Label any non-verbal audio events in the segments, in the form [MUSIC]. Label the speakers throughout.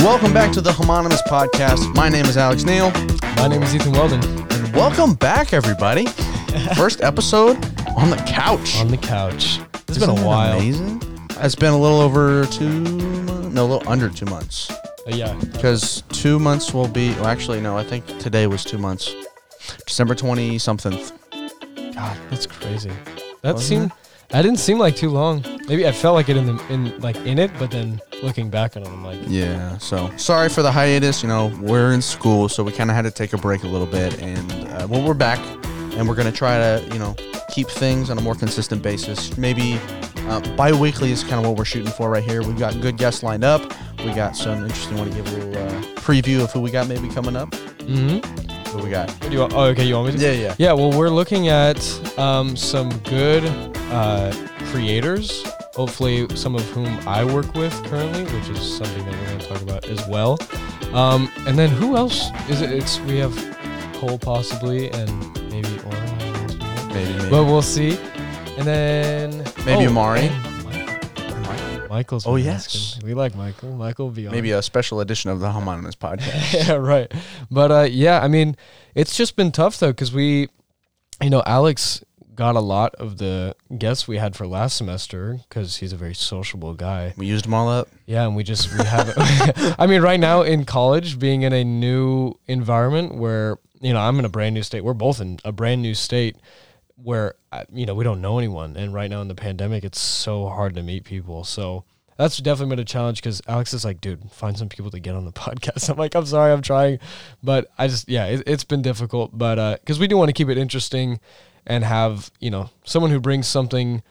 Speaker 1: Welcome back to the Homonymous Podcast. My name is Alex Neal.
Speaker 2: My name is Ethan Weldon.
Speaker 1: Welcome back,
Speaker 2: [LAUGHS]
Speaker 1: everybody. First episode on the couch.
Speaker 2: On the couch. It's
Speaker 1: Isn't
Speaker 2: been a
Speaker 1: that
Speaker 2: while.
Speaker 1: Amazing. It's been a little over two, mon- no, a little under two months.
Speaker 2: Uh, yeah.
Speaker 1: Because two months will be. Well, actually, no. I think today was two months. December twenty something.
Speaker 2: God, that's crazy. That
Speaker 1: Wasn't
Speaker 2: seemed. That didn't seem like too long. Maybe I felt like it in the in like in it, but then looking back on it, I'm like,
Speaker 1: Yeah. So sorry for the hiatus. You know, we're in school, so we kind of had to take a break a little bit. And uh, well, we're back, and we're gonna try to you know keep things on a more consistent basis. Maybe uh, bi-weekly is kind of what we're shooting for right here. We've got good guests lined up. We got some interesting. Want to give a little uh, preview of who we got maybe coming up.
Speaker 2: mm-hmm.
Speaker 1: Who we got?
Speaker 2: What do you want? Oh, okay. You want me to?
Speaker 1: Yeah, yeah.
Speaker 2: Yeah. Well, we're looking at um, some good uh, creators. Hopefully, some of whom I work with currently, which is something that we're going to talk about as well. Um, and then who else is it? It's we have Cole possibly, and maybe Oren.
Speaker 1: Maybe. maybe.
Speaker 2: But we'll see. And then oh,
Speaker 1: Maybe Amari.
Speaker 2: and Mi- Michael's.
Speaker 1: Oh,
Speaker 2: been
Speaker 1: yes.
Speaker 2: asking. we like Michael. Michael will be on.
Speaker 1: maybe a special edition of the Homonymous Podcast.
Speaker 2: [LAUGHS] yeah, right. But uh, yeah, I mean, it's just been tough though because we, you know, Alex got a lot of the guests we had for last semester because he's a very sociable guy.
Speaker 1: We used them all up.
Speaker 2: Yeah, and we just we have. [LAUGHS] I mean, right now in college, being in a new environment where you know I'm in a brand new state. We're both in a brand new state where uh, you know we don't know anyone, and right now in the pandemic, it's so hard to meet people. So that's definitely been a challenge because Alex is like, dude, find some people to get on the [LAUGHS] podcast. I'm like, I'm sorry, I'm trying, but I just yeah, it, it's been difficult, but because we do want to keep it interesting and have you know someone who brings something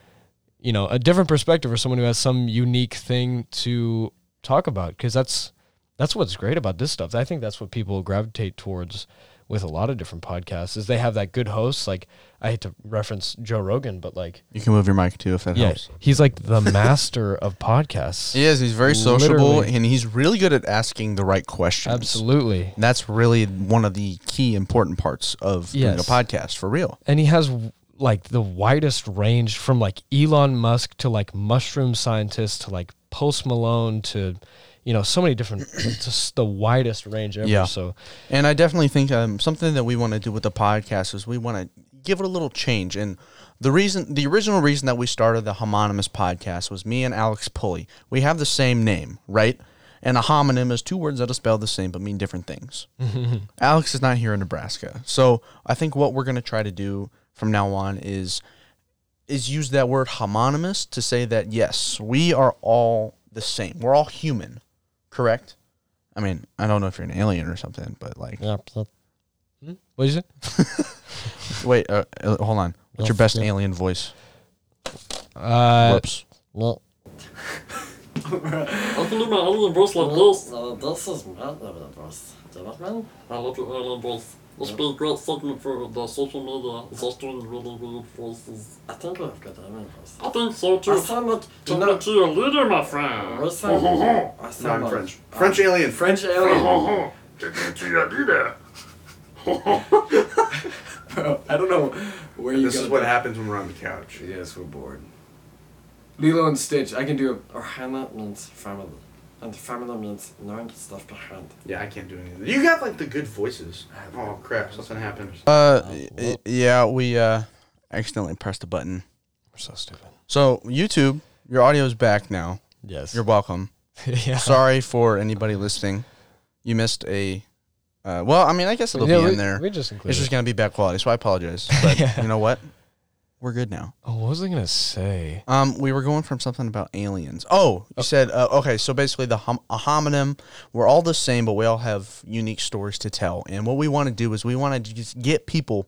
Speaker 2: you know, a different perspective or someone who has some unique thing to talk about because that's that's what's great about this stuff. I think that's what people gravitate towards with a lot of different podcasts is they have that good host. Like I hate to reference Joe Rogan, but like
Speaker 1: You can move your mic too if that
Speaker 2: yeah,
Speaker 1: helps.
Speaker 2: he's like the [LAUGHS] master of podcasts.
Speaker 1: He is. He's very sociable
Speaker 2: Literally.
Speaker 1: and he's really good at asking the right questions.
Speaker 2: Absolutely.
Speaker 1: And that's really one of the key important parts of doing a
Speaker 2: Yes.
Speaker 1: podcast for real.
Speaker 2: and he has like the widest range from like Elon Musk to like mushroom scientists to like Post Malone to you know so many different [CLEARS THROAT] just the widest range ever.
Speaker 1: Yeah.
Speaker 2: So
Speaker 1: And I definitely think um, something that we want to do with the podcast is we want to give it a little change. And the reason, the original reason that we started the homonymous podcast was me and Alex Pulley. We have the same name, right? And a homonym is two words that are spelled the same but mean different things. Alex is not here in Nebraska, so I think what we're going to try to do from now on is is use that word homonymous to say that yes, we are all the same. We're all human, correct? I mean, I don't know if you're an alien or something, but like,
Speaker 2: yeah. Hmm? What is it?
Speaker 1: wait, uh, uh, hold on. What's your best
Speaker 2: Yeah.
Speaker 1: alien voice?
Speaker 2: Uh,
Speaker 1: Whoops.
Speaker 2: well,
Speaker 3: Welcome to my Island Bros like this.
Speaker 4: So this is not over the bus. Do you know what I mean?
Speaker 3: I love your Island Bros. This will be a great segment for the social media. It's actually really weird voices.
Speaker 4: I think we have got the main bus.
Speaker 3: I think so
Speaker 4: I
Speaker 3: too.
Speaker 4: sound like do
Speaker 3: Do
Speaker 4: you
Speaker 3: not
Speaker 4: know
Speaker 3: to your leader, my friend.
Speaker 4: I sound I sound like French
Speaker 1: alien.
Speaker 4: French alien.
Speaker 2: [LAUGHS]
Speaker 3: to your leader.
Speaker 4: Bro, I don't know where you got that.
Speaker 1: happens when we're on the couch.
Speaker 4: Yes, we're bored. Lilo and Stitch, I can do it. Or Hannah means family. And family means knowing stuff behind.
Speaker 5: Yeah, I can't do anything. You got like the good voices. Oh crap, something happened.
Speaker 1: Uh, y- y- yeah, we uh accidentally pressed a button.
Speaker 2: we're so stupid.
Speaker 1: So YouTube, your audio is back now.
Speaker 2: Yes.
Speaker 1: You're welcome.
Speaker 2: [LAUGHS] yeah.
Speaker 1: Sorry for anybody listening. You missed a. Uh, well, I mean, I guess it'll
Speaker 2: Yeah,
Speaker 1: be
Speaker 2: we,
Speaker 1: in there.
Speaker 2: We just included.
Speaker 1: It's just gonna be bad quality, so I apologize.
Speaker 2: [LAUGHS]
Speaker 1: But
Speaker 2: Yeah.
Speaker 1: you know what? We're good now.
Speaker 2: oh, what was I gonna say?
Speaker 1: Um, we were going from something about aliens. Oh, you said uh, okay. So basically, the hom- a homonym, we're all the same, but we all have unique stories to tell. And what we want to do is we want to just get people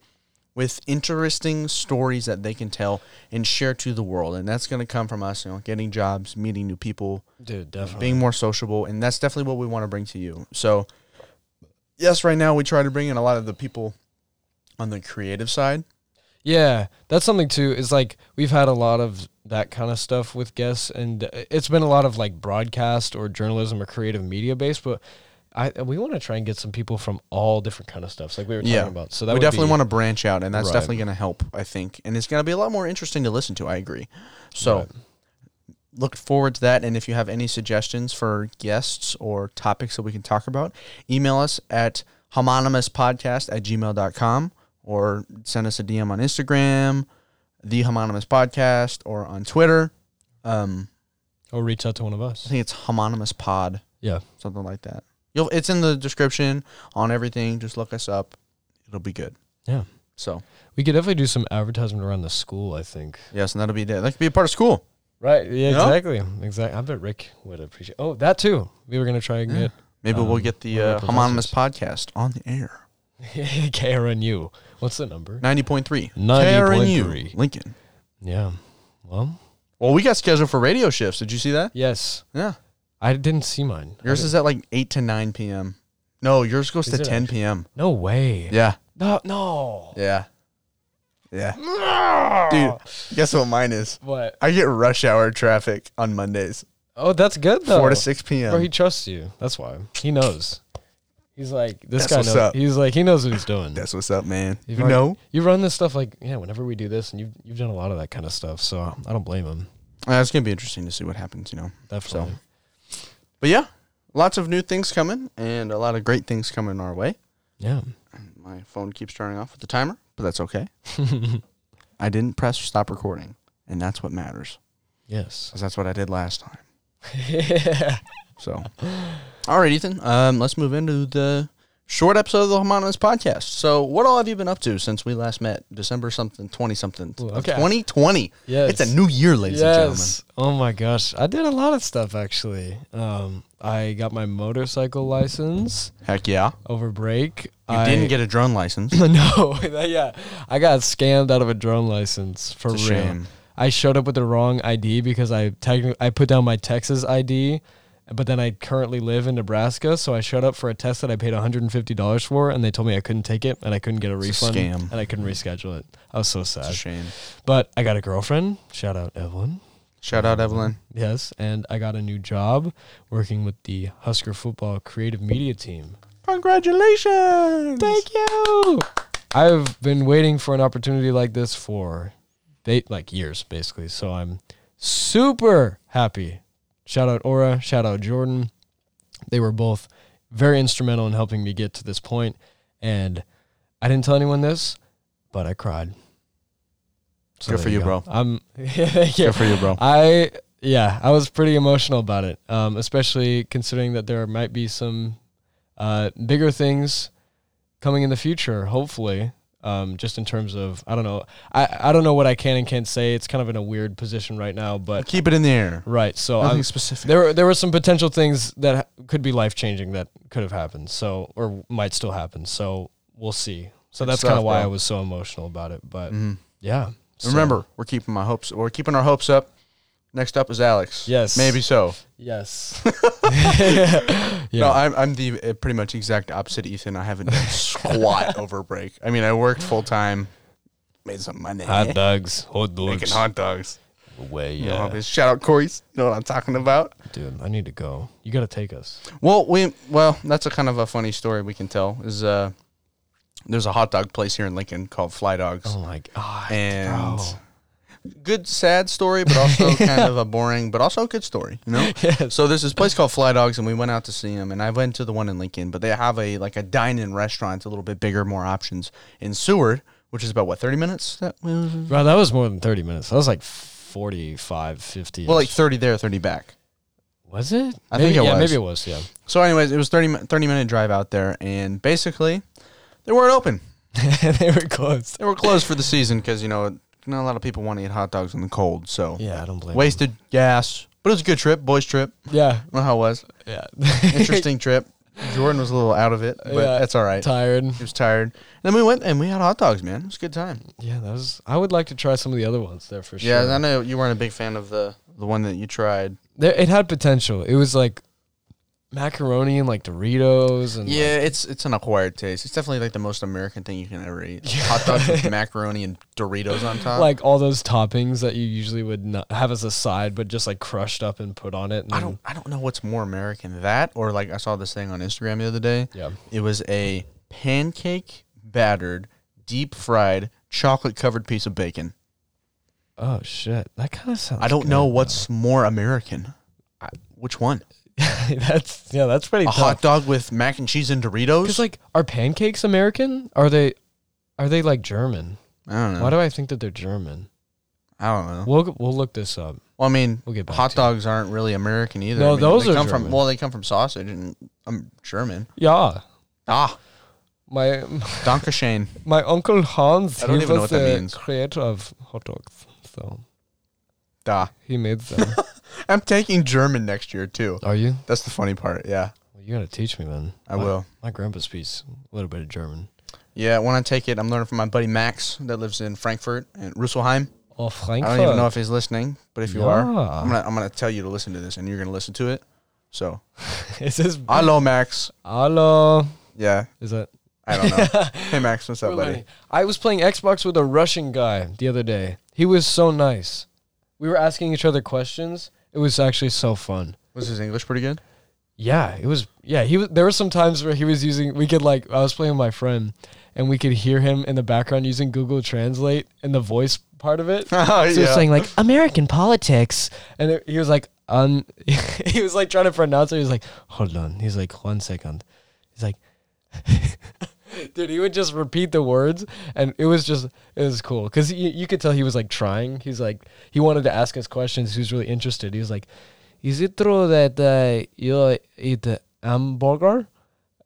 Speaker 1: with interesting stories that they can tell and share to the world. And that's going to come from us, you know, getting jobs, meeting new people,
Speaker 2: Dude, definitely.
Speaker 1: being more sociable, and that's definitely what we want to bring to you. So, yes, right now we try to bring in a lot of the people on the creative side.
Speaker 2: Yeah, that's something too. Is like we've had a lot of that kind of stuff with guests, and uh, it's been a lot of like broadcast or journalism or creative media based. But I we want to try and get some people from all different kind of stuff, like we were talking
Speaker 1: yeah.
Speaker 2: about. So that
Speaker 1: we
Speaker 2: would
Speaker 1: definitely
Speaker 2: be-
Speaker 1: want to branch out, and that's
Speaker 2: Right.
Speaker 1: definitely going to help, I think. And it's going to be a lot more interesting to listen to. I agree. So, look forward to that. And if you have any suggestions for guests or topics that we can talk about, email us at homonymousPodcast at gmail.com or send us a DM on Instagram, the homonymous podcast, or on Twitter. Um,
Speaker 2: Or Oh, reach out to one of
Speaker 1: I
Speaker 2: us.
Speaker 1: think it's homonymous pod,
Speaker 2: Yeah.
Speaker 1: something like that. You'll, it's in the description on everything. Just look us up. It'll be good.
Speaker 2: Yeah.
Speaker 1: So,
Speaker 2: We could definitely do some advertisement around the school, I think.
Speaker 1: yes, and that'll be that. That could be a part of school.
Speaker 2: Right. Yeah,
Speaker 1: Yeah.
Speaker 2: exactly. Exactly. I bet Rick would appreciate Oh, that too. We were going to try and get
Speaker 1: Maybe we'll
Speaker 2: Um,
Speaker 1: get the
Speaker 2: one of
Speaker 1: uh,
Speaker 2: our
Speaker 1: homonymous podcast on the air.
Speaker 2: [LAUGHS] KRNU. What's the number?
Speaker 1: 90.3.
Speaker 2: 90.3.
Speaker 1: KRNU, Lincoln.
Speaker 2: Yeah. Well,
Speaker 1: Well, we got scheduled for radio shifts. Did you see that?
Speaker 2: yes.
Speaker 1: Yeah.
Speaker 2: I didn't see mine. I
Speaker 1: Yours
Speaker 2: didn't-
Speaker 1: is at like 8 to 9 p.m. No, yours goes
Speaker 2: Is
Speaker 1: to
Speaker 2: it
Speaker 1: 10
Speaker 2: actually?
Speaker 1: p.m.
Speaker 2: No way.
Speaker 1: Yeah.
Speaker 2: No. No.
Speaker 1: Yeah. Yeah. Dude, guess what mine is?
Speaker 2: What?
Speaker 1: I get rush hour traffic on Mondays,
Speaker 2: Oh, that's good though.
Speaker 1: 4 to 6 p.m.
Speaker 2: Bro, he trusts you. That's why he knows. He's like this
Speaker 1: That's
Speaker 2: guy
Speaker 1: what's
Speaker 2: knows.
Speaker 1: up.
Speaker 2: He's like he knows what he's doing.
Speaker 1: That's what's up, man.
Speaker 2: You've
Speaker 1: you
Speaker 2: already-
Speaker 1: know?
Speaker 2: you run this stuff like yeah. Whenever we do this, and you've you've done a lot of that kind of stuff, so I don't blame him.
Speaker 1: Uh, it's going to be interesting to see what happens, you know?
Speaker 2: Definitely.
Speaker 1: But yeah, lots of new things coming and a lot of great things coming our way.
Speaker 2: Yeah. [LAUGHS]
Speaker 1: My phone keeps turning off with the timer, but that's okay. I didn't press stop recording, and that's what matters
Speaker 2: Yes.
Speaker 1: [LAUGHS] 'cause that's what I did last time.
Speaker 2: [LAUGHS]
Speaker 1: So, all right, Ethan, um, let's move into the short episode of the Homonymous podcast. So, what all have you been up to since we last met? December something, 20 something,
Speaker 2: Ooh,
Speaker 1: of
Speaker 2: okay.
Speaker 1: 2020.
Speaker 2: Yes.
Speaker 1: It's a new year, ladies and gentlemen.
Speaker 2: yes. Oh my gosh, I did a lot of stuff actually. Um, I got my motorcycle license
Speaker 1: Heck yeah.
Speaker 2: over break.
Speaker 1: You
Speaker 2: I
Speaker 1: didn't get a drone
Speaker 2: [COUGHS]
Speaker 1: license.
Speaker 2: [LAUGHS] no, yeah, I got scammed out of a drone license for
Speaker 1: It's a
Speaker 2: real.
Speaker 1: shame.
Speaker 2: I showed up with the wrong ID because I technically I put down my Texas ID, but then I currently live in Nebraska, so I showed up for a test that I paid $150 for, and they told me I couldn't take it, and I couldn't get a
Speaker 1: It's a
Speaker 2: refund,
Speaker 1: scam.
Speaker 2: and I couldn't reschedule it. I was so
Speaker 1: It's a
Speaker 2: sad.
Speaker 1: shame.
Speaker 2: But I got a girlfriend. Shout out Evelyn.
Speaker 1: Shout out, Evelyn.
Speaker 2: Yes, and I got a new job working with the Husker football creative media team.
Speaker 1: Congratulations.
Speaker 2: Thank you. I've been waiting for an opportunity like this for ba- like years, basically. So I'm super happy. Shout out Aura. Shout out Jordan. They were both very instrumental in helping me get to this point, and I didn't tell anyone this, but I cried.
Speaker 1: Good for
Speaker 2: there
Speaker 1: you,
Speaker 2: go.
Speaker 1: bro.
Speaker 2: I'm. [LAUGHS] Thank you.
Speaker 1: Good for you, bro.
Speaker 2: I yeah, I was pretty emotional about it, um, especially considering that there might be some uh, bigger things coming in the future. Hopefully, um, just in terms of I don't know, I I don't know what I can and can't say. It's kind of in a weird position right now, but
Speaker 1: Keep it in the air.
Speaker 2: right. So
Speaker 1: Nothing
Speaker 2: I'm,
Speaker 1: specific.
Speaker 2: there were there were some potential things that ha- could be life changing that could have happened, so or might still happen. So we'll see. So
Speaker 1: Good
Speaker 2: that's kind
Speaker 1: stuff,
Speaker 2: of why
Speaker 1: bro.
Speaker 2: I was so emotional about it. But
Speaker 1: Mhm.
Speaker 2: yeah, so-
Speaker 1: Remember, we're keeping my hopes. We're keeping our hopes up. Next up is Alex.
Speaker 2: Yes.
Speaker 1: maybe so.
Speaker 2: yes,
Speaker 1: No,
Speaker 2: Yeah.
Speaker 1: I'm I'm the uh, pretty much exact opposite Ethan. I haven't done [LAUGHS] squat over break. I mean, I worked full time, made some money,
Speaker 2: hot dogs, hot
Speaker 1: [LAUGHS] making
Speaker 2: dogs.
Speaker 1: hot dogs.
Speaker 2: Way,
Speaker 1: You know, obvious- shout out Corey's. You know what I'm talking about?
Speaker 2: Dude, I need to go. You gotta take us.
Speaker 1: Well, we well, that's a kind of a funny story we can tell. Is uh, there's a hot dog place here in Lincoln called Fly Dogs.
Speaker 2: Oh my god.
Speaker 1: and good sad story, but also kind of a boring, but also a good story. You know. So there's this place called Fly Dogs, and we went out to see them, and I went to the one in Lincoln, but they have a like a dine-in restaurant, it's a little bit bigger, more options in Seward, which is about what 30 minutes. That well,
Speaker 2: Bro, that was more than 30 minutes. That was like 45, 50. -ish.
Speaker 1: like 30 there, 30 back.
Speaker 2: was it?
Speaker 1: I
Speaker 2: Maybe-
Speaker 1: think it
Speaker 2: yeah,
Speaker 1: was.
Speaker 2: Maybe it was, yeah.
Speaker 1: So, anyways, it was 30 mi- 30 minute drive out there, and basically, they weren't open.
Speaker 2: [LAUGHS] they were close.
Speaker 1: They were closed for the season because you know not a lot of people want to eat hot dogs in the cold, so
Speaker 2: Yeah, I don't blame
Speaker 1: wasted gas. But it was a good trip, boys trip.
Speaker 2: you. Yeah.
Speaker 1: I don't know how it was.
Speaker 2: Yeah.
Speaker 1: [LAUGHS] interesting trip. Jordan was a little out of it, but
Speaker 2: Yeah.
Speaker 1: that's all right.
Speaker 2: [LAUGHS] Tired.
Speaker 1: He was tired. And then we went and we had hot dogs, man. It was a good time.
Speaker 2: Yeah, that was. I would like to try some of the other ones there for
Speaker 1: Yeah,
Speaker 2: sure.
Speaker 1: I know you weren't a big fan of the the one that you tried.
Speaker 2: there, it had potential. It was like macaroni and like Doritos and.
Speaker 1: Yeah, it's it's an acquired taste. It's definitely like the most American thing you can ever eat. Hot dogs with [LAUGHS] macaroni and Doritos on top.
Speaker 2: Like all those toppings that you usually would not have as a side, but just like crushed up and put on it. And
Speaker 1: I don't I don't know what's more American that or like I saw this thing on Instagram the other day.
Speaker 2: Yeah.
Speaker 1: It was a pancake battered, deep fried, chocolate covered piece of bacon.
Speaker 2: Oh shit, that kind of sounds.
Speaker 1: I don't
Speaker 2: good,
Speaker 1: know
Speaker 2: though.
Speaker 1: what's more American. Which one?
Speaker 2: [LAUGHS] that's yeah, that's pretty.
Speaker 1: A hot dog with mac and cheese and Doritos?
Speaker 2: Because like, are pancakes American? Are they? Are they like German?
Speaker 1: I don't know.
Speaker 2: Why do I think that they're German?
Speaker 1: I don't know.
Speaker 2: We'll we'll look this up.
Speaker 1: Well, I mean,
Speaker 2: We'll get back
Speaker 1: hot
Speaker 2: to you.
Speaker 1: dogs aren't really American either.
Speaker 2: No,
Speaker 1: I mean,
Speaker 2: those
Speaker 1: they
Speaker 2: are
Speaker 1: come from
Speaker 2: German.
Speaker 1: well, they come from sausage and um, German.
Speaker 2: Yeah,
Speaker 1: Ah,
Speaker 2: my
Speaker 1: Dankeschön.
Speaker 2: my uncle Hans.
Speaker 1: I don't
Speaker 2: he
Speaker 1: even know
Speaker 2: was
Speaker 1: what that
Speaker 2: the
Speaker 1: means.
Speaker 2: creator of hot dogs, so
Speaker 1: da.
Speaker 2: he
Speaker 1: [LAUGHS]
Speaker 2: made them.
Speaker 1: I'm taking German next year too.
Speaker 2: are you?
Speaker 1: That's the funny part. Yeah,
Speaker 2: Well, you gotta teach me, man.
Speaker 1: I
Speaker 2: My-
Speaker 1: will.
Speaker 2: My grandpa speaks a little bit of German.
Speaker 1: Yeah, when I take it, I'm learning from my buddy Max that lives in Frankfurt and Russelheim.
Speaker 2: Oh,
Speaker 1: I
Speaker 2: Frankfurt.
Speaker 1: don't even know if he's listening, but if you are,
Speaker 2: Yeah.
Speaker 1: I'm gonna I'm gonna tell you to listen to this, and you're gonna listen to it. So,
Speaker 2: Is this
Speaker 1: hello, Max.
Speaker 2: Hello?
Speaker 1: Yeah,
Speaker 2: Is that
Speaker 1: I don't
Speaker 2: [LAUGHS]
Speaker 1: know. hey, Max, what's up,
Speaker 2: We're
Speaker 1: buddy?
Speaker 2: learning. I was playing Xbox with a Russian guy the other day. He was so nice. We were asking each other questions. It was actually so fun.
Speaker 1: Was his English pretty good?
Speaker 2: Yeah, it was. Yeah, he was. There were some times where he was using. We could like. I was playing with my friend, and we could hear him in the background using Google Translate and the voice part of it. [LAUGHS] so
Speaker 1: [LAUGHS] Oh,
Speaker 2: he was saying like American politics, and it, he was like, um, [LAUGHS] he was like trying to pronounce it. He was like, hold on. He's like, one second. He's like, [LAUGHS] dude, he would just repeat the words, and it was just it was cool because you, you could tell he was like trying. He's like he wanted to ask us questions. He was really interested. He was like, "Is it true that uh, you eat a hamburger?"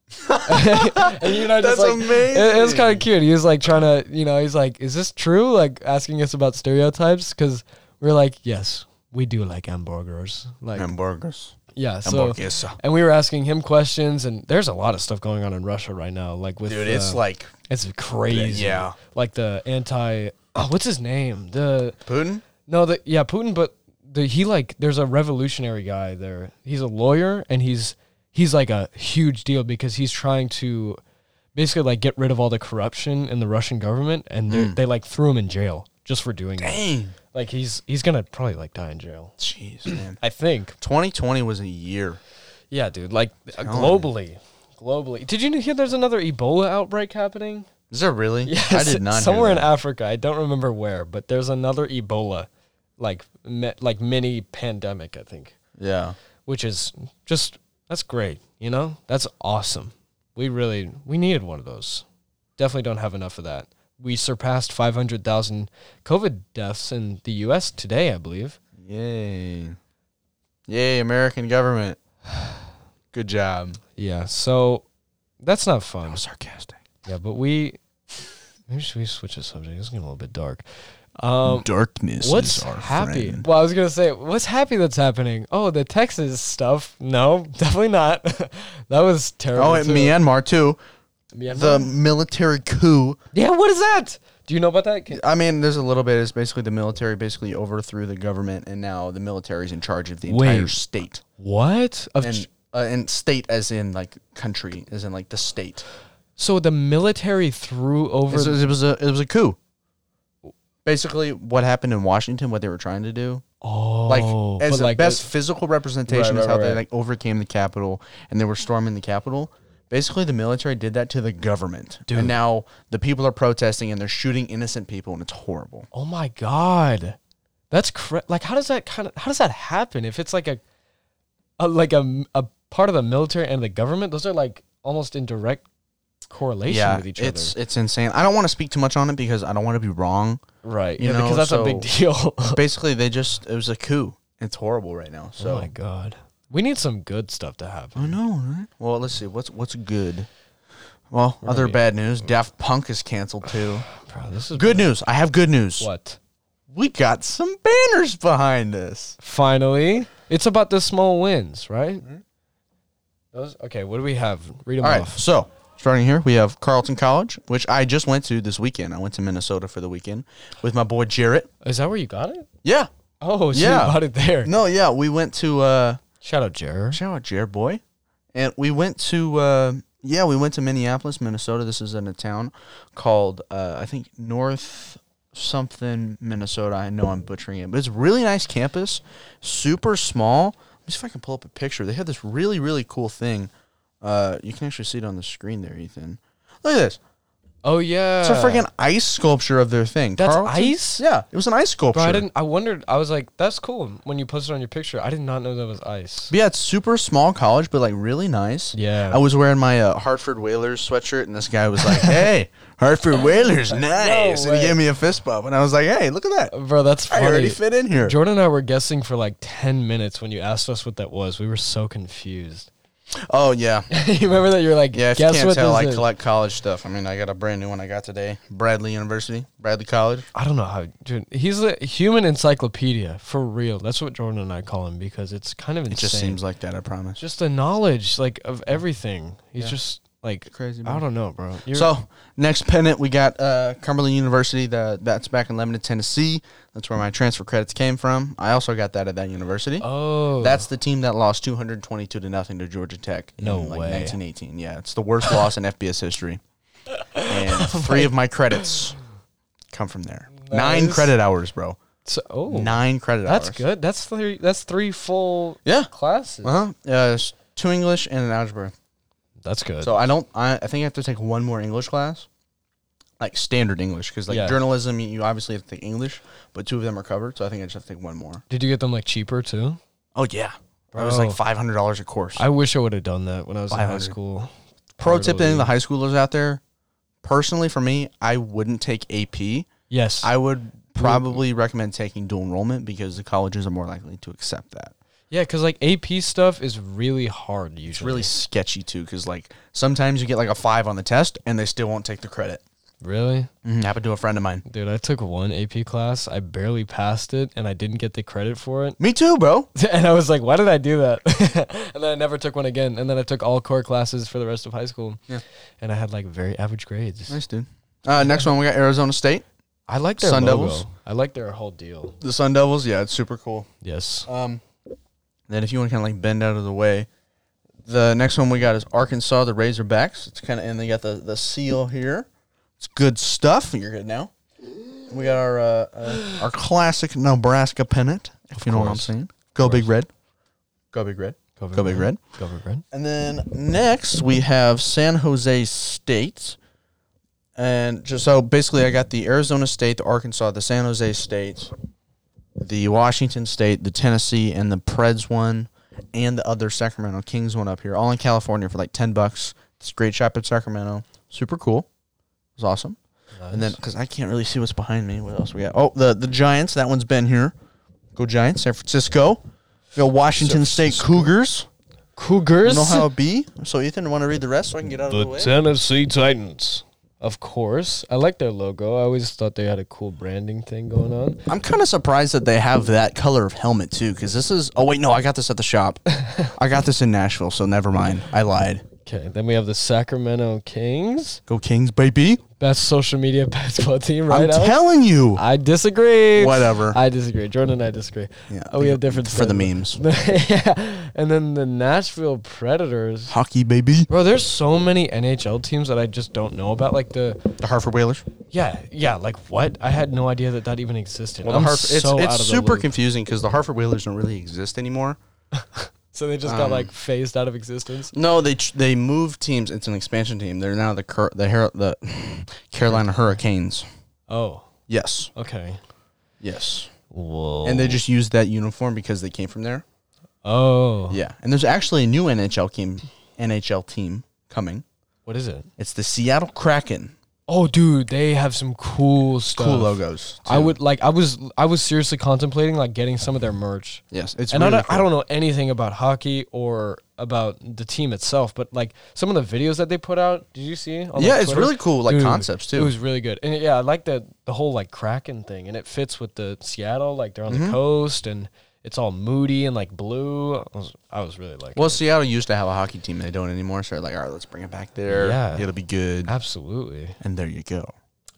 Speaker 2: [LAUGHS] and you and I just
Speaker 1: That's
Speaker 2: like It, it was
Speaker 1: amazing.
Speaker 2: kind of cute. He was like trying to, you know, he's like, "Is this true?" Like asking us about stereotypes because we're like, "Yes, we do like hamburgers." Like,
Speaker 1: hamburgers.
Speaker 2: yeah, so
Speaker 1: Hamburgers.
Speaker 2: and we were asking him questions and there's a lot of stuff going on in russia right now like with
Speaker 1: Dude, it's
Speaker 2: uh,
Speaker 1: like
Speaker 2: it's crazy
Speaker 1: Yeah.
Speaker 2: like the anti oh, what's his name the
Speaker 1: Putin.
Speaker 2: no the yeah putin but the he like there's a revolutionary guy there he's a lawyer and he's he's like a huge deal because he's trying to basically like get rid of all the corruption in the russian government and they're
Speaker 1: Mm.
Speaker 2: they like threw him in jail just for doing it
Speaker 1: Dang.
Speaker 2: like he's he's gonna probably like die in jail
Speaker 1: Jeez, man.
Speaker 2: i think
Speaker 1: 2020 was a year.
Speaker 2: Yeah, dude. Like uh,
Speaker 1: telling
Speaker 2: globally, globally. Did you hear there's another Ebola outbreak happening?
Speaker 1: Is there really?
Speaker 2: [LAUGHS] Yes,
Speaker 1: [LAUGHS] I did not.
Speaker 2: Somewhere
Speaker 1: hear
Speaker 2: in
Speaker 1: that.
Speaker 2: Africa, I don't remember where, but there's another Ebola, like me, like mini pandemic, I think,
Speaker 1: Yeah.
Speaker 2: which is just that's great. You know, that's awesome. We really we needed one of those. Definitely don't have enough of that. We surpassed 500,000 COVID deaths in the U.S. today, I believe.
Speaker 1: Yay. Yay, American government. Good job.
Speaker 2: Yeah, so that's not fun.
Speaker 1: sarcastic.
Speaker 2: Yeah, but we maybe should we switch the subject? It's getting a little bit dark. Um,
Speaker 1: Darkness
Speaker 2: what's
Speaker 1: Mm, is our
Speaker 2: happy?
Speaker 1: friend.
Speaker 2: Well, I was gonna say what's happy that's happening. Oh, the Texas stuff. No, [LAUGHS] definitely not. that was terrible.
Speaker 1: Oh, and
Speaker 2: too.
Speaker 1: Myanmar too.
Speaker 2: Myanmar?
Speaker 1: The military coup.
Speaker 2: yeah. What is that? Do you know about that? Can-
Speaker 1: I mean, there's a little bit. It's basically the military basically overthrew the government, and now the military is in charge of the entire
Speaker 2: Wait.
Speaker 1: state.
Speaker 2: what? Of
Speaker 1: And
Speaker 2: Ch-
Speaker 1: uh, and state as in like country, as in like the state.
Speaker 2: so the military threw over.
Speaker 1: It was, it was a it was a coup. Basically, what happened in Washington, what they were trying to do,
Speaker 2: oh,
Speaker 1: like as
Speaker 2: but
Speaker 1: the
Speaker 2: like
Speaker 1: best
Speaker 2: it-
Speaker 1: physical representation
Speaker 2: Right,
Speaker 1: is
Speaker 2: right,
Speaker 1: how they
Speaker 2: right.
Speaker 1: like overcame the Capitol and they were storming the Capitol. Basically, the military did that to the government, and now the people are protesting and they're shooting innocent people, and it's horrible.
Speaker 2: oh my god, that's cra- like how does that kind of how does that happen? If it's like a, a like a, a part of the military and the government, those are like almost in direct correlation
Speaker 1: Yeah,
Speaker 2: with each
Speaker 1: it's it's insane. I don't want to speak too much on it because I don't want to be wrong.
Speaker 2: other, right?
Speaker 1: you
Speaker 2: Yeah,
Speaker 1: know,
Speaker 2: because that's a big
Speaker 1: so-
Speaker 2: deal. [LAUGHS] Oh
Speaker 1: Basically, they just it was a coup. It's horrible right now. So
Speaker 2: oh my god, we need some good stuff to happen.
Speaker 1: I know, right? Well, let's see. What's what's good? Well, other
Speaker 2: gonna be-
Speaker 1: bad news. Daft Punk is canceled too.
Speaker 2: Bro, this
Speaker 1: [SIGHS]
Speaker 2: is
Speaker 1: Good news. I have good news.
Speaker 2: What?
Speaker 1: We got some banners behind this.
Speaker 2: Finally, it's about the small wins, right? Hmm? Those okay. What do we have? Read them
Speaker 1: All right.
Speaker 2: off.
Speaker 1: So, starting here, we have Carleton College, which I just went to this weekend. I went to Minnesota for the weekend with my boy Jarrett.
Speaker 2: Is that where you got it?
Speaker 1: Yeah.
Speaker 2: Oh, so
Speaker 1: Yeah.
Speaker 2: you got it there.
Speaker 1: No, yeah, we went to uh
Speaker 2: Shout out, Jer.
Speaker 1: shout out Jared boy. And we went to uh yeah, we went to Minneapolis, Minnesota. This is in a town called uh I think North something Minnesota. I know I'm butchering it, but it's a really nice campus, super small. Let me see if I can pull up a picture. They had this really really cool thing. Uh you can actually see it on the screen there, Ethan. Look at this.
Speaker 2: Oh yeah,
Speaker 1: It's a freaking ice sculpture of their thing.
Speaker 2: That's
Speaker 1: Carlton?
Speaker 2: ice?
Speaker 1: Yeah, it was an ice sculpture.
Speaker 2: Bro, I didn't. I wondered. I was like, "That's cool." When you posted on your picture, I did not know that was ice.
Speaker 1: But yeah, it's super small college, but like really nice.
Speaker 2: Yeah.
Speaker 1: I was wearing my uh, Hartford Whalers sweatshirt, and this guy was like, "Hey, Hartford
Speaker 2: [LAUGHS]
Speaker 1: Whalers, nice," and
Speaker 2: way.
Speaker 1: he gave me a fist bump, and I was like, "Hey, look at that!
Speaker 2: Bro, that's
Speaker 1: I
Speaker 2: Uh, funny.
Speaker 1: already fit in here."
Speaker 2: Jordan and I were guessing for like ten minutes when you asked us what that was. We were so confused. [LAUGHS]
Speaker 1: Oh yeah,
Speaker 2: you remember that? You're like,
Speaker 1: yeah. If you
Speaker 2: guess
Speaker 1: can't
Speaker 2: what
Speaker 1: tell,
Speaker 2: this
Speaker 1: I
Speaker 2: is."
Speaker 1: collect college stuff. I mean, I got a brand new one I got today, Bradley University, Bradley College.
Speaker 2: I don't know how. Dude, he's a human encyclopedia for real. That's what Jordan and I call him because it's kind of insane.
Speaker 1: It just seems like that. I promise.
Speaker 2: just the knowledge like of everything. He's just like
Speaker 1: Crazy,
Speaker 2: I
Speaker 1: man.
Speaker 2: don't know, bro. You're,
Speaker 1: So next pennant we got uh, Cumberland University. The, that's back in Lebanon, Tennessee. That's where my transfer credits came from. I also got that at that university.
Speaker 2: oh,
Speaker 1: That's the team that lost 222 to nothing to Georgia Tech.
Speaker 2: No
Speaker 1: in, like
Speaker 2: way.
Speaker 1: 1918. Yeah, it's the worst loss in FBS history. [LAUGHS] And three of my credits come from there. Nine
Speaker 2: Nice.
Speaker 1: credit hours, bro.
Speaker 2: so, oh,
Speaker 1: Nine credit
Speaker 2: that's
Speaker 1: hours.
Speaker 2: good. That's three. That's three full
Speaker 1: Yeah.
Speaker 2: classes.
Speaker 1: Uh-huh. Uh it's Two English and an algebra.
Speaker 2: That's good.
Speaker 1: So I don't. I, I think I have to take one more English class, like standard English, because like
Speaker 2: Yeah.
Speaker 1: journalism, you obviously have to take English, but two of them are covered. So I think I just have to take one more.
Speaker 2: Did you get them like cheaper too?
Speaker 1: Oh yeah, that was like
Speaker 2: Bro.
Speaker 1: five hundred dollars a course.
Speaker 2: I wish I would have done that when I was in high
Speaker 1: 500.
Speaker 2: school.
Speaker 1: Pro tip to any of
Speaker 2: Totally.
Speaker 1: the high schoolers out there. Personally, for me, I wouldn't take AP.
Speaker 2: Yes,
Speaker 1: I would probably recommend taking dual enrollment because the colleges are more likely to accept that.
Speaker 2: yeah, because like AP stuff is really hard usually.
Speaker 1: It's really sketchy too, because like sometimes you get like a five on the test and they still won't take the credit.
Speaker 2: really,
Speaker 1: Happened to a friend of mine.
Speaker 2: dude. I took one AP class. I barely passed it, and I didn't get the credit for it. [LAUGHS]
Speaker 1: Me too, bro.
Speaker 2: And I was like, "Why did I do that?" [LAUGHS] and then I never took one again. And then I took all core classes for the rest of high school.
Speaker 1: Yeah.
Speaker 2: and I had like very average grades.
Speaker 1: Nice dude. Uh, next one we got Arizona State,
Speaker 2: I like their
Speaker 1: Sun
Speaker 2: logo.
Speaker 1: Devils?
Speaker 2: I like their whole deal.
Speaker 1: the Sun Devils. Yeah, it's super cool.
Speaker 2: Yes.
Speaker 1: Um, then if you want to kind of like bend out of the way, the next one we got is Arkansas, the Razorbacks. It's kind of and they got the the seal here. It's good stuff. You're good now. We got our uh, uh, our classic Nebraska pennant, if you know what I'm
Speaker 2: course.
Speaker 1: saying. Go Big Red. Go Big Red. Go Big Red.
Speaker 2: Go big red.
Speaker 1: And then next we have San Jose State. And just so basically I got the Arizona State, the Arkansas, the San Jose State, the Washington State, the Tennessee, and the Preds one, and the other Sacramento Kings one up here, all in California for like ten bucks. It's a great shop in Sacramento. Super cool. It was awesome. And then because I can't really see what's behind me. What else we got? Oh, the the Giants. That one's been here. Go Giants, San Francisco. Go Washington State Cougars.
Speaker 2: Cougars.
Speaker 1: You know how it be? So Ethan, want to read the rest so I can get out of the way?
Speaker 2: Tennessee Titans. Of course. I like their logo. I always thought they had a cool branding thing going on.
Speaker 1: I'm kind of surprised that they have that color of helmet too, because this is. Oh wait, no, I got this at the [LAUGHS] shop. I got this in Nashville, so never mind. I lied.
Speaker 2: Okay, then we have the Sacramento Kings.
Speaker 1: Go Kings, baby!
Speaker 2: Best social media [LAUGHS] basketball team, right?
Speaker 1: I'm
Speaker 2: Alex?
Speaker 1: telling you.
Speaker 2: I disagree.
Speaker 1: Whatever.
Speaker 2: I disagree. Jordan and I disagree.
Speaker 1: Yeah,
Speaker 2: Oh, we have different
Speaker 1: for the memes.
Speaker 2: [LAUGHS] yeah. And then the Nashville Predators.
Speaker 1: Hockey, baby.
Speaker 2: Bro, there's so many NHL teams that I just don't know about. Like the
Speaker 1: The Hartford Whalers.
Speaker 2: yeah, yeah. Like what? I had no idea that that even existed.
Speaker 1: Well, the
Speaker 2: I'm
Speaker 1: Hartford. It's,
Speaker 2: so out
Speaker 1: it's
Speaker 2: of the
Speaker 1: super
Speaker 2: loop.
Speaker 1: confusing because the Hartford Whalers don't really exist anymore.
Speaker 2: So they just got like phased out of existence.
Speaker 1: No, they ch- they moved teams. It's an expansion team. They're now the Cur- the Har- the Carolina Hurricanes.
Speaker 2: Oh,
Speaker 1: Yes,
Speaker 2: okay.
Speaker 1: yes.
Speaker 2: Whoa.
Speaker 1: And they just used that uniform because they came from there.
Speaker 2: oh,
Speaker 1: Yeah, and there's actually a new NHL team, NHL team coming.
Speaker 2: what is it?
Speaker 1: It's the Seattle Kraken.
Speaker 2: Oh, dude, they have some cool stuff.
Speaker 1: Cool logos.
Speaker 2: I
Speaker 1: too.
Speaker 2: would like. I was. I was seriously contemplating like getting some of their merch.
Speaker 1: Yes, it's
Speaker 2: and
Speaker 1: really
Speaker 2: I, don't, I
Speaker 1: cool.
Speaker 2: don't know anything about hockey or about the team itself, but like some of the videos that they put out, did you see? on,
Speaker 1: Yeah,
Speaker 2: like,
Speaker 1: it's
Speaker 2: Twitter?
Speaker 1: really cool, like, concepts, too.
Speaker 2: It was really good, and yeah, I like the the whole like Kraken thing, and it fits with the Seattle, like they're on
Speaker 1: Mm-hmm.
Speaker 2: the coast, and it's all moody and like blue. I was, I was really like,
Speaker 1: Well, Seattle used to have a hockey team. They don't anymore. So they're like, all right, let's bring it back there.
Speaker 2: Yeah.
Speaker 1: it'll be good.
Speaker 2: absolutely,
Speaker 1: And there you go.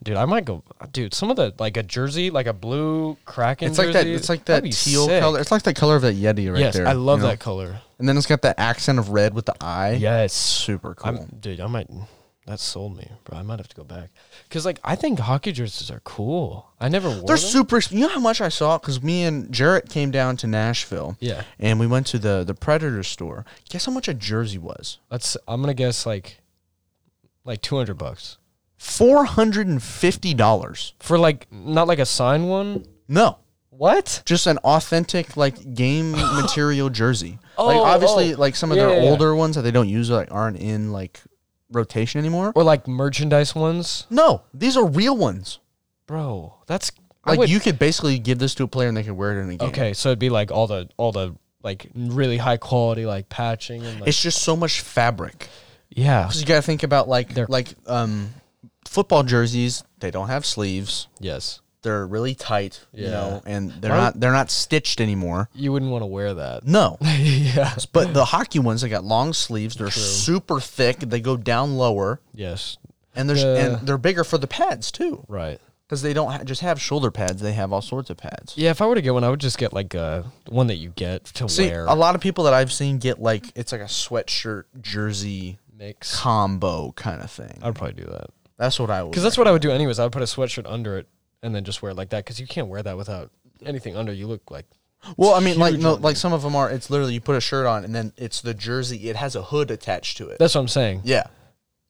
Speaker 2: dude. I might go, dude. Some of the like a jersey, like a blue Kraken.
Speaker 1: It's like that.
Speaker 2: jersey,
Speaker 1: It's like that
Speaker 2: that'd be
Speaker 1: teal
Speaker 2: sick.
Speaker 1: color. It's like that color of that Yeti right
Speaker 2: yes,
Speaker 1: there.
Speaker 2: I love
Speaker 1: you know?
Speaker 2: that color.
Speaker 1: And then it's got the accent of red with the eye.
Speaker 2: Yes,
Speaker 1: super cool.
Speaker 2: I'm, dude, I might. That sold me, bro. I might have to go back because, like, I think hockey jerseys are cool. I never wore
Speaker 1: They're
Speaker 2: them.
Speaker 1: super. You know how much I saw because me and Jarrett came down to Nashville.
Speaker 2: Yeah.
Speaker 1: and we went to the the Predator store. Guess how much a jersey was?
Speaker 2: Let's. I'm gonna guess like, like two hundred bucks.
Speaker 1: Four hundred and fifty dollars.
Speaker 2: for like not like a signed one.
Speaker 1: No,
Speaker 2: What?
Speaker 1: just an authentic like
Speaker 2: [LAUGHS]
Speaker 1: game material jersey. like
Speaker 2: Oh,
Speaker 1: obviously,
Speaker 2: oh.
Speaker 1: like some of
Speaker 2: Yeah,
Speaker 1: their
Speaker 2: yeah, yeah.
Speaker 1: older ones that they don't use like aren't in like rotation anymore.
Speaker 2: Or like merchandise ones,
Speaker 1: No, these are real ones.
Speaker 2: bro? That's I
Speaker 1: Like
Speaker 2: would-
Speaker 1: you could basically give this to a player and they could wear it in a game.
Speaker 2: [LAUGHS] Okay, so it'd be like all the all the like really high quality like patching and like
Speaker 1: It's just so much fabric.
Speaker 2: yeah
Speaker 1: 'Cause you got to think about like
Speaker 2: They're-
Speaker 1: like um football jerseys. They don't have sleeves.
Speaker 2: yes.
Speaker 1: They're really tight, you
Speaker 2: Yeah.
Speaker 1: know, and they're
Speaker 2: Why-
Speaker 1: not they're not stitched anymore.
Speaker 2: You wouldn't want to wear that.
Speaker 1: No.
Speaker 2: [LAUGHS] yeah.
Speaker 1: But
Speaker 2: [CLEARS THROAT]
Speaker 1: the hockey ones, they got long sleeves. They're super thick. They go down lower,
Speaker 2: Yes.
Speaker 1: and there's
Speaker 2: The-
Speaker 1: and they're bigger for the pads too,
Speaker 2: Right.
Speaker 1: because they don't ha- just have shoulder pads. They have all sorts of pads.
Speaker 2: Yeah. If I were to get one, I would just get like a one that you get to
Speaker 1: See,
Speaker 2: wear.
Speaker 1: a lot of people that I've seen get like it's like a sweatshirt jersey
Speaker 2: mix.
Speaker 1: combo kind of thing.
Speaker 2: I'd probably do that
Speaker 1: That's what I would.
Speaker 2: because that's what I would do anyways. I would put a sweatshirt under it and then just wear it like that because you can't wear that without anything under. You look like
Speaker 1: Well, I mean, like
Speaker 2: huge
Speaker 1: no,
Speaker 2: on
Speaker 1: like some of them are. It's literally you put a shirt on, and then it's the jersey. It has a hood attached to it.
Speaker 2: that's what I'm saying.
Speaker 1: yeah,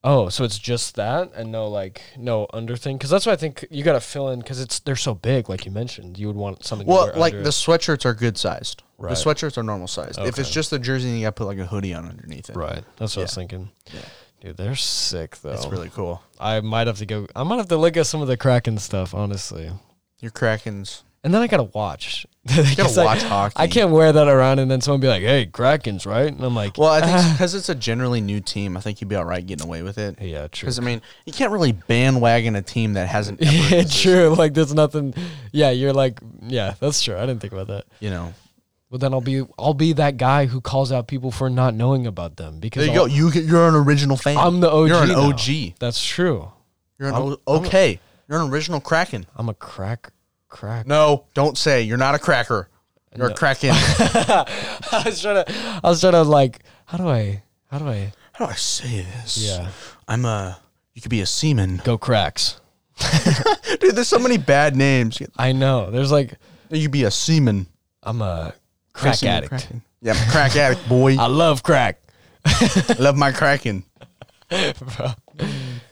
Speaker 2: Oh, so it's just that and no like no under thing because that's what I think you got to fill in because it's they're so big like you mentioned. You would want something.
Speaker 1: Well,
Speaker 2: to wear
Speaker 1: like
Speaker 2: under
Speaker 1: the
Speaker 2: it.
Speaker 1: sweatshirts are good sized. The
Speaker 2: Right.
Speaker 1: sweatshirts are normal sized. If it's
Speaker 2: Okay.
Speaker 1: just the jersey, then you got to put like a hoodie on underneath it.
Speaker 2: Right. That's what I was thinking. Dude, they're sick though.
Speaker 1: That's really cool.
Speaker 2: I might have to go. I might have to look at some of the Kraken stuff, honestly.
Speaker 1: Your Krakens.
Speaker 2: And then I gotta watch. [LAUGHS]
Speaker 1: gotta
Speaker 2: Because I-
Speaker 1: watch hockey.
Speaker 2: I can't wear that around, and then someone be like, "Hey, Kraken's right," and I'm like,
Speaker 1: Well, I
Speaker 2: [LAUGHS]
Speaker 1: think because it's a generally new team, I think you'd be all right getting away with it.
Speaker 2: "Yeah, true."
Speaker 1: Because I mean, you can't really bandwagon a team that hasn't. Ever
Speaker 2: [LAUGHS] yeah,
Speaker 1: existed,
Speaker 2: true. Like, there's nothing. Yeah, you're like, yeah, that's true. I didn't think about that.
Speaker 1: You know.
Speaker 2: But then I'll be, I'll be that guy who calls out people for not knowing about them because
Speaker 1: There you go.
Speaker 2: I'll-
Speaker 1: You get, you're an original fan.
Speaker 2: I'm the OG.
Speaker 1: You're an
Speaker 2: now.
Speaker 1: OG.
Speaker 2: That's true.
Speaker 1: You're an
Speaker 2: I'm-
Speaker 1: o-
Speaker 2: I'm a-
Speaker 1: okay. you're an original Kraken.
Speaker 2: I'm a crack, crack.
Speaker 1: No, don't say you're not a cracker. You're a Kraken. How
Speaker 2: [LAUGHS] I was trying to, I was trying to like, how do I, how do I?
Speaker 1: do I say this?
Speaker 2: Yeah.
Speaker 1: I'm a. You could be a
Speaker 2: [LAUGHS]
Speaker 1: seaman.
Speaker 2: Go cracks.
Speaker 1: Dude, there's so many bad names. You
Speaker 2: I know. There's like
Speaker 1: could be a seaman.
Speaker 2: I'm a crack
Speaker 1: Seaman
Speaker 2: addict. Uh,
Speaker 1: Kraken. Yeah, I'm a crack addict, boy.
Speaker 2: [LAUGHS] I love crack.
Speaker 1: Love my Kraken.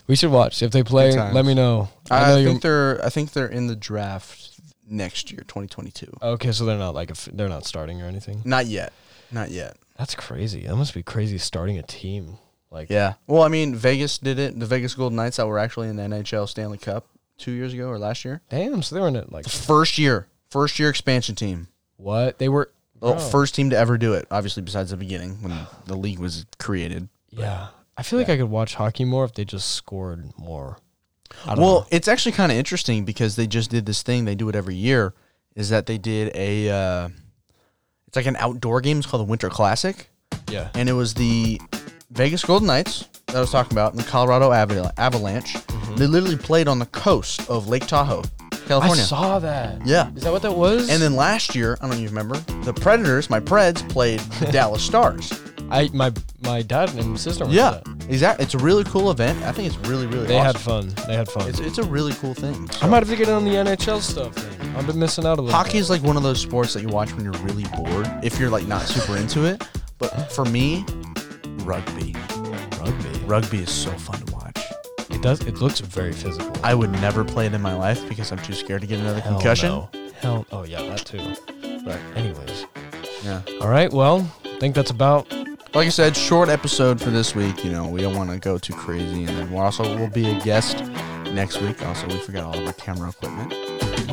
Speaker 2: We should watch if they play.
Speaker 1: Good times.
Speaker 2: Let me know. I know
Speaker 1: I,
Speaker 2: you're
Speaker 1: think they're. I think they're in the draft next year, 2022.
Speaker 2: okay. So they're not like if they're not starting or anything.
Speaker 1: Not yet. Not yet.
Speaker 2: That's crazy. That must be crazy starting a team. Like
Speaker 1: Yeah. Well, I mean, Vegas did it. The Vegas Golden Knights that were actually in the NHL Stanley Cup two years ago or last year.
Speaker 2: damn. So they were in it like
Speaker 1: First year. First year expansion team.
Speaker 2: what they were.
Speaker 1: Well,
Speaker 2: Bro.
Speaker 1: first team to ever do it, obviously, besides the beginning when the league was created.
Speaker 2: Yeah. I feel like I could watch hockey more if they just scored more. I don't
Speaker 1: Well,
Speaker 2: know.
Speaker 1: it's actually kind of interesting because they just did this thing. They do it every year. Is that they did a? Uh, it's like an outdoor game. It's called the Winter Classic,
Speaker 2: yeah.
Speaker 1: and it was the Vegas Golden Knights that I was talking about, and the Colorado Aval- Avalanche.
Speaker 2: Mm-hmm.
Speaker 1: They literally played on the coast of Lake Tahoe,
Speaker 2: I
Speaker 1: California.
Speaker 2: saw that.
Speaker 1: Yeah.
Speaker 2: Is that what that was?
Speaker 1: And then last year, I don't even remember, the Predators, my Preds,
Speaker 2: [LAUGHS]
Speaker 1: played the Dallas Stars.
Speaker 2: I my my dad and sister. went to
Speaker 1: Yeah,
Speaker 2: that.
Speaker 1: exactly. It's a really cool event. I think it's really, really
Speaker 2: They
Speaker 1: awesome.
Speaker 2: had fun. They had fun.
Speaker 1: It's, it's a really cool thing.
Speaker 2: I might have to get on the NHL stuff. Then. I've been missing out a little.
Speaker 1: Hockey
Speaker 2: bit.
Speaker 1: is like one of those sports that you watch when you're really bored, if you're like not super into it. But for me, rugby.
Speaker 2: rugby.
Speaker 1: Rugby is so fun to watch.
Speaker 2: It does. It looks very physical.
Speaker 1: I would never play it in my life because I'm too scared to get another
Speaker 2: Hell
Speaker 1: concussion.
Speaker 2: no. Hell. Oh yeah, that too. But anyways.
Speaker 1: Yeah.
Speaker 2: All right. Well, I think that's about. [LAUGHS]
Speaker 1: Like I said, short episode for this week. You know, we don't want to go too crazy. And then we're also, we'll be a guest next week. Also, we forgot all of our camera equipment.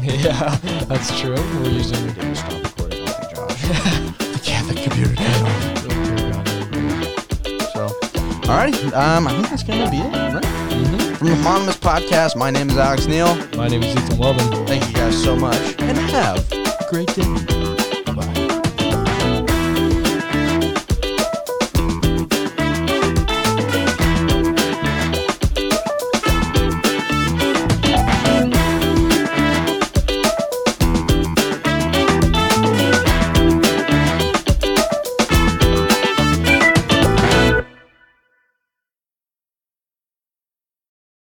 Speaker 2: yeah, that's true. We're using.
Speaker 1: Did we stop recording? Okay,
Speaker 2: [LAUGHS]
Speaker 1: Josh. yeah, the computer died off. So, alrighty, um, I think that's gonna be it, right?
Speaker 2: Mhm.
Speaker 1: From the Anonymous Podcast, my name is Alex Neal.
Speaker 2: My name is Ethan Weldon.
Speaker 1: Thank you guys so much, and have a great day.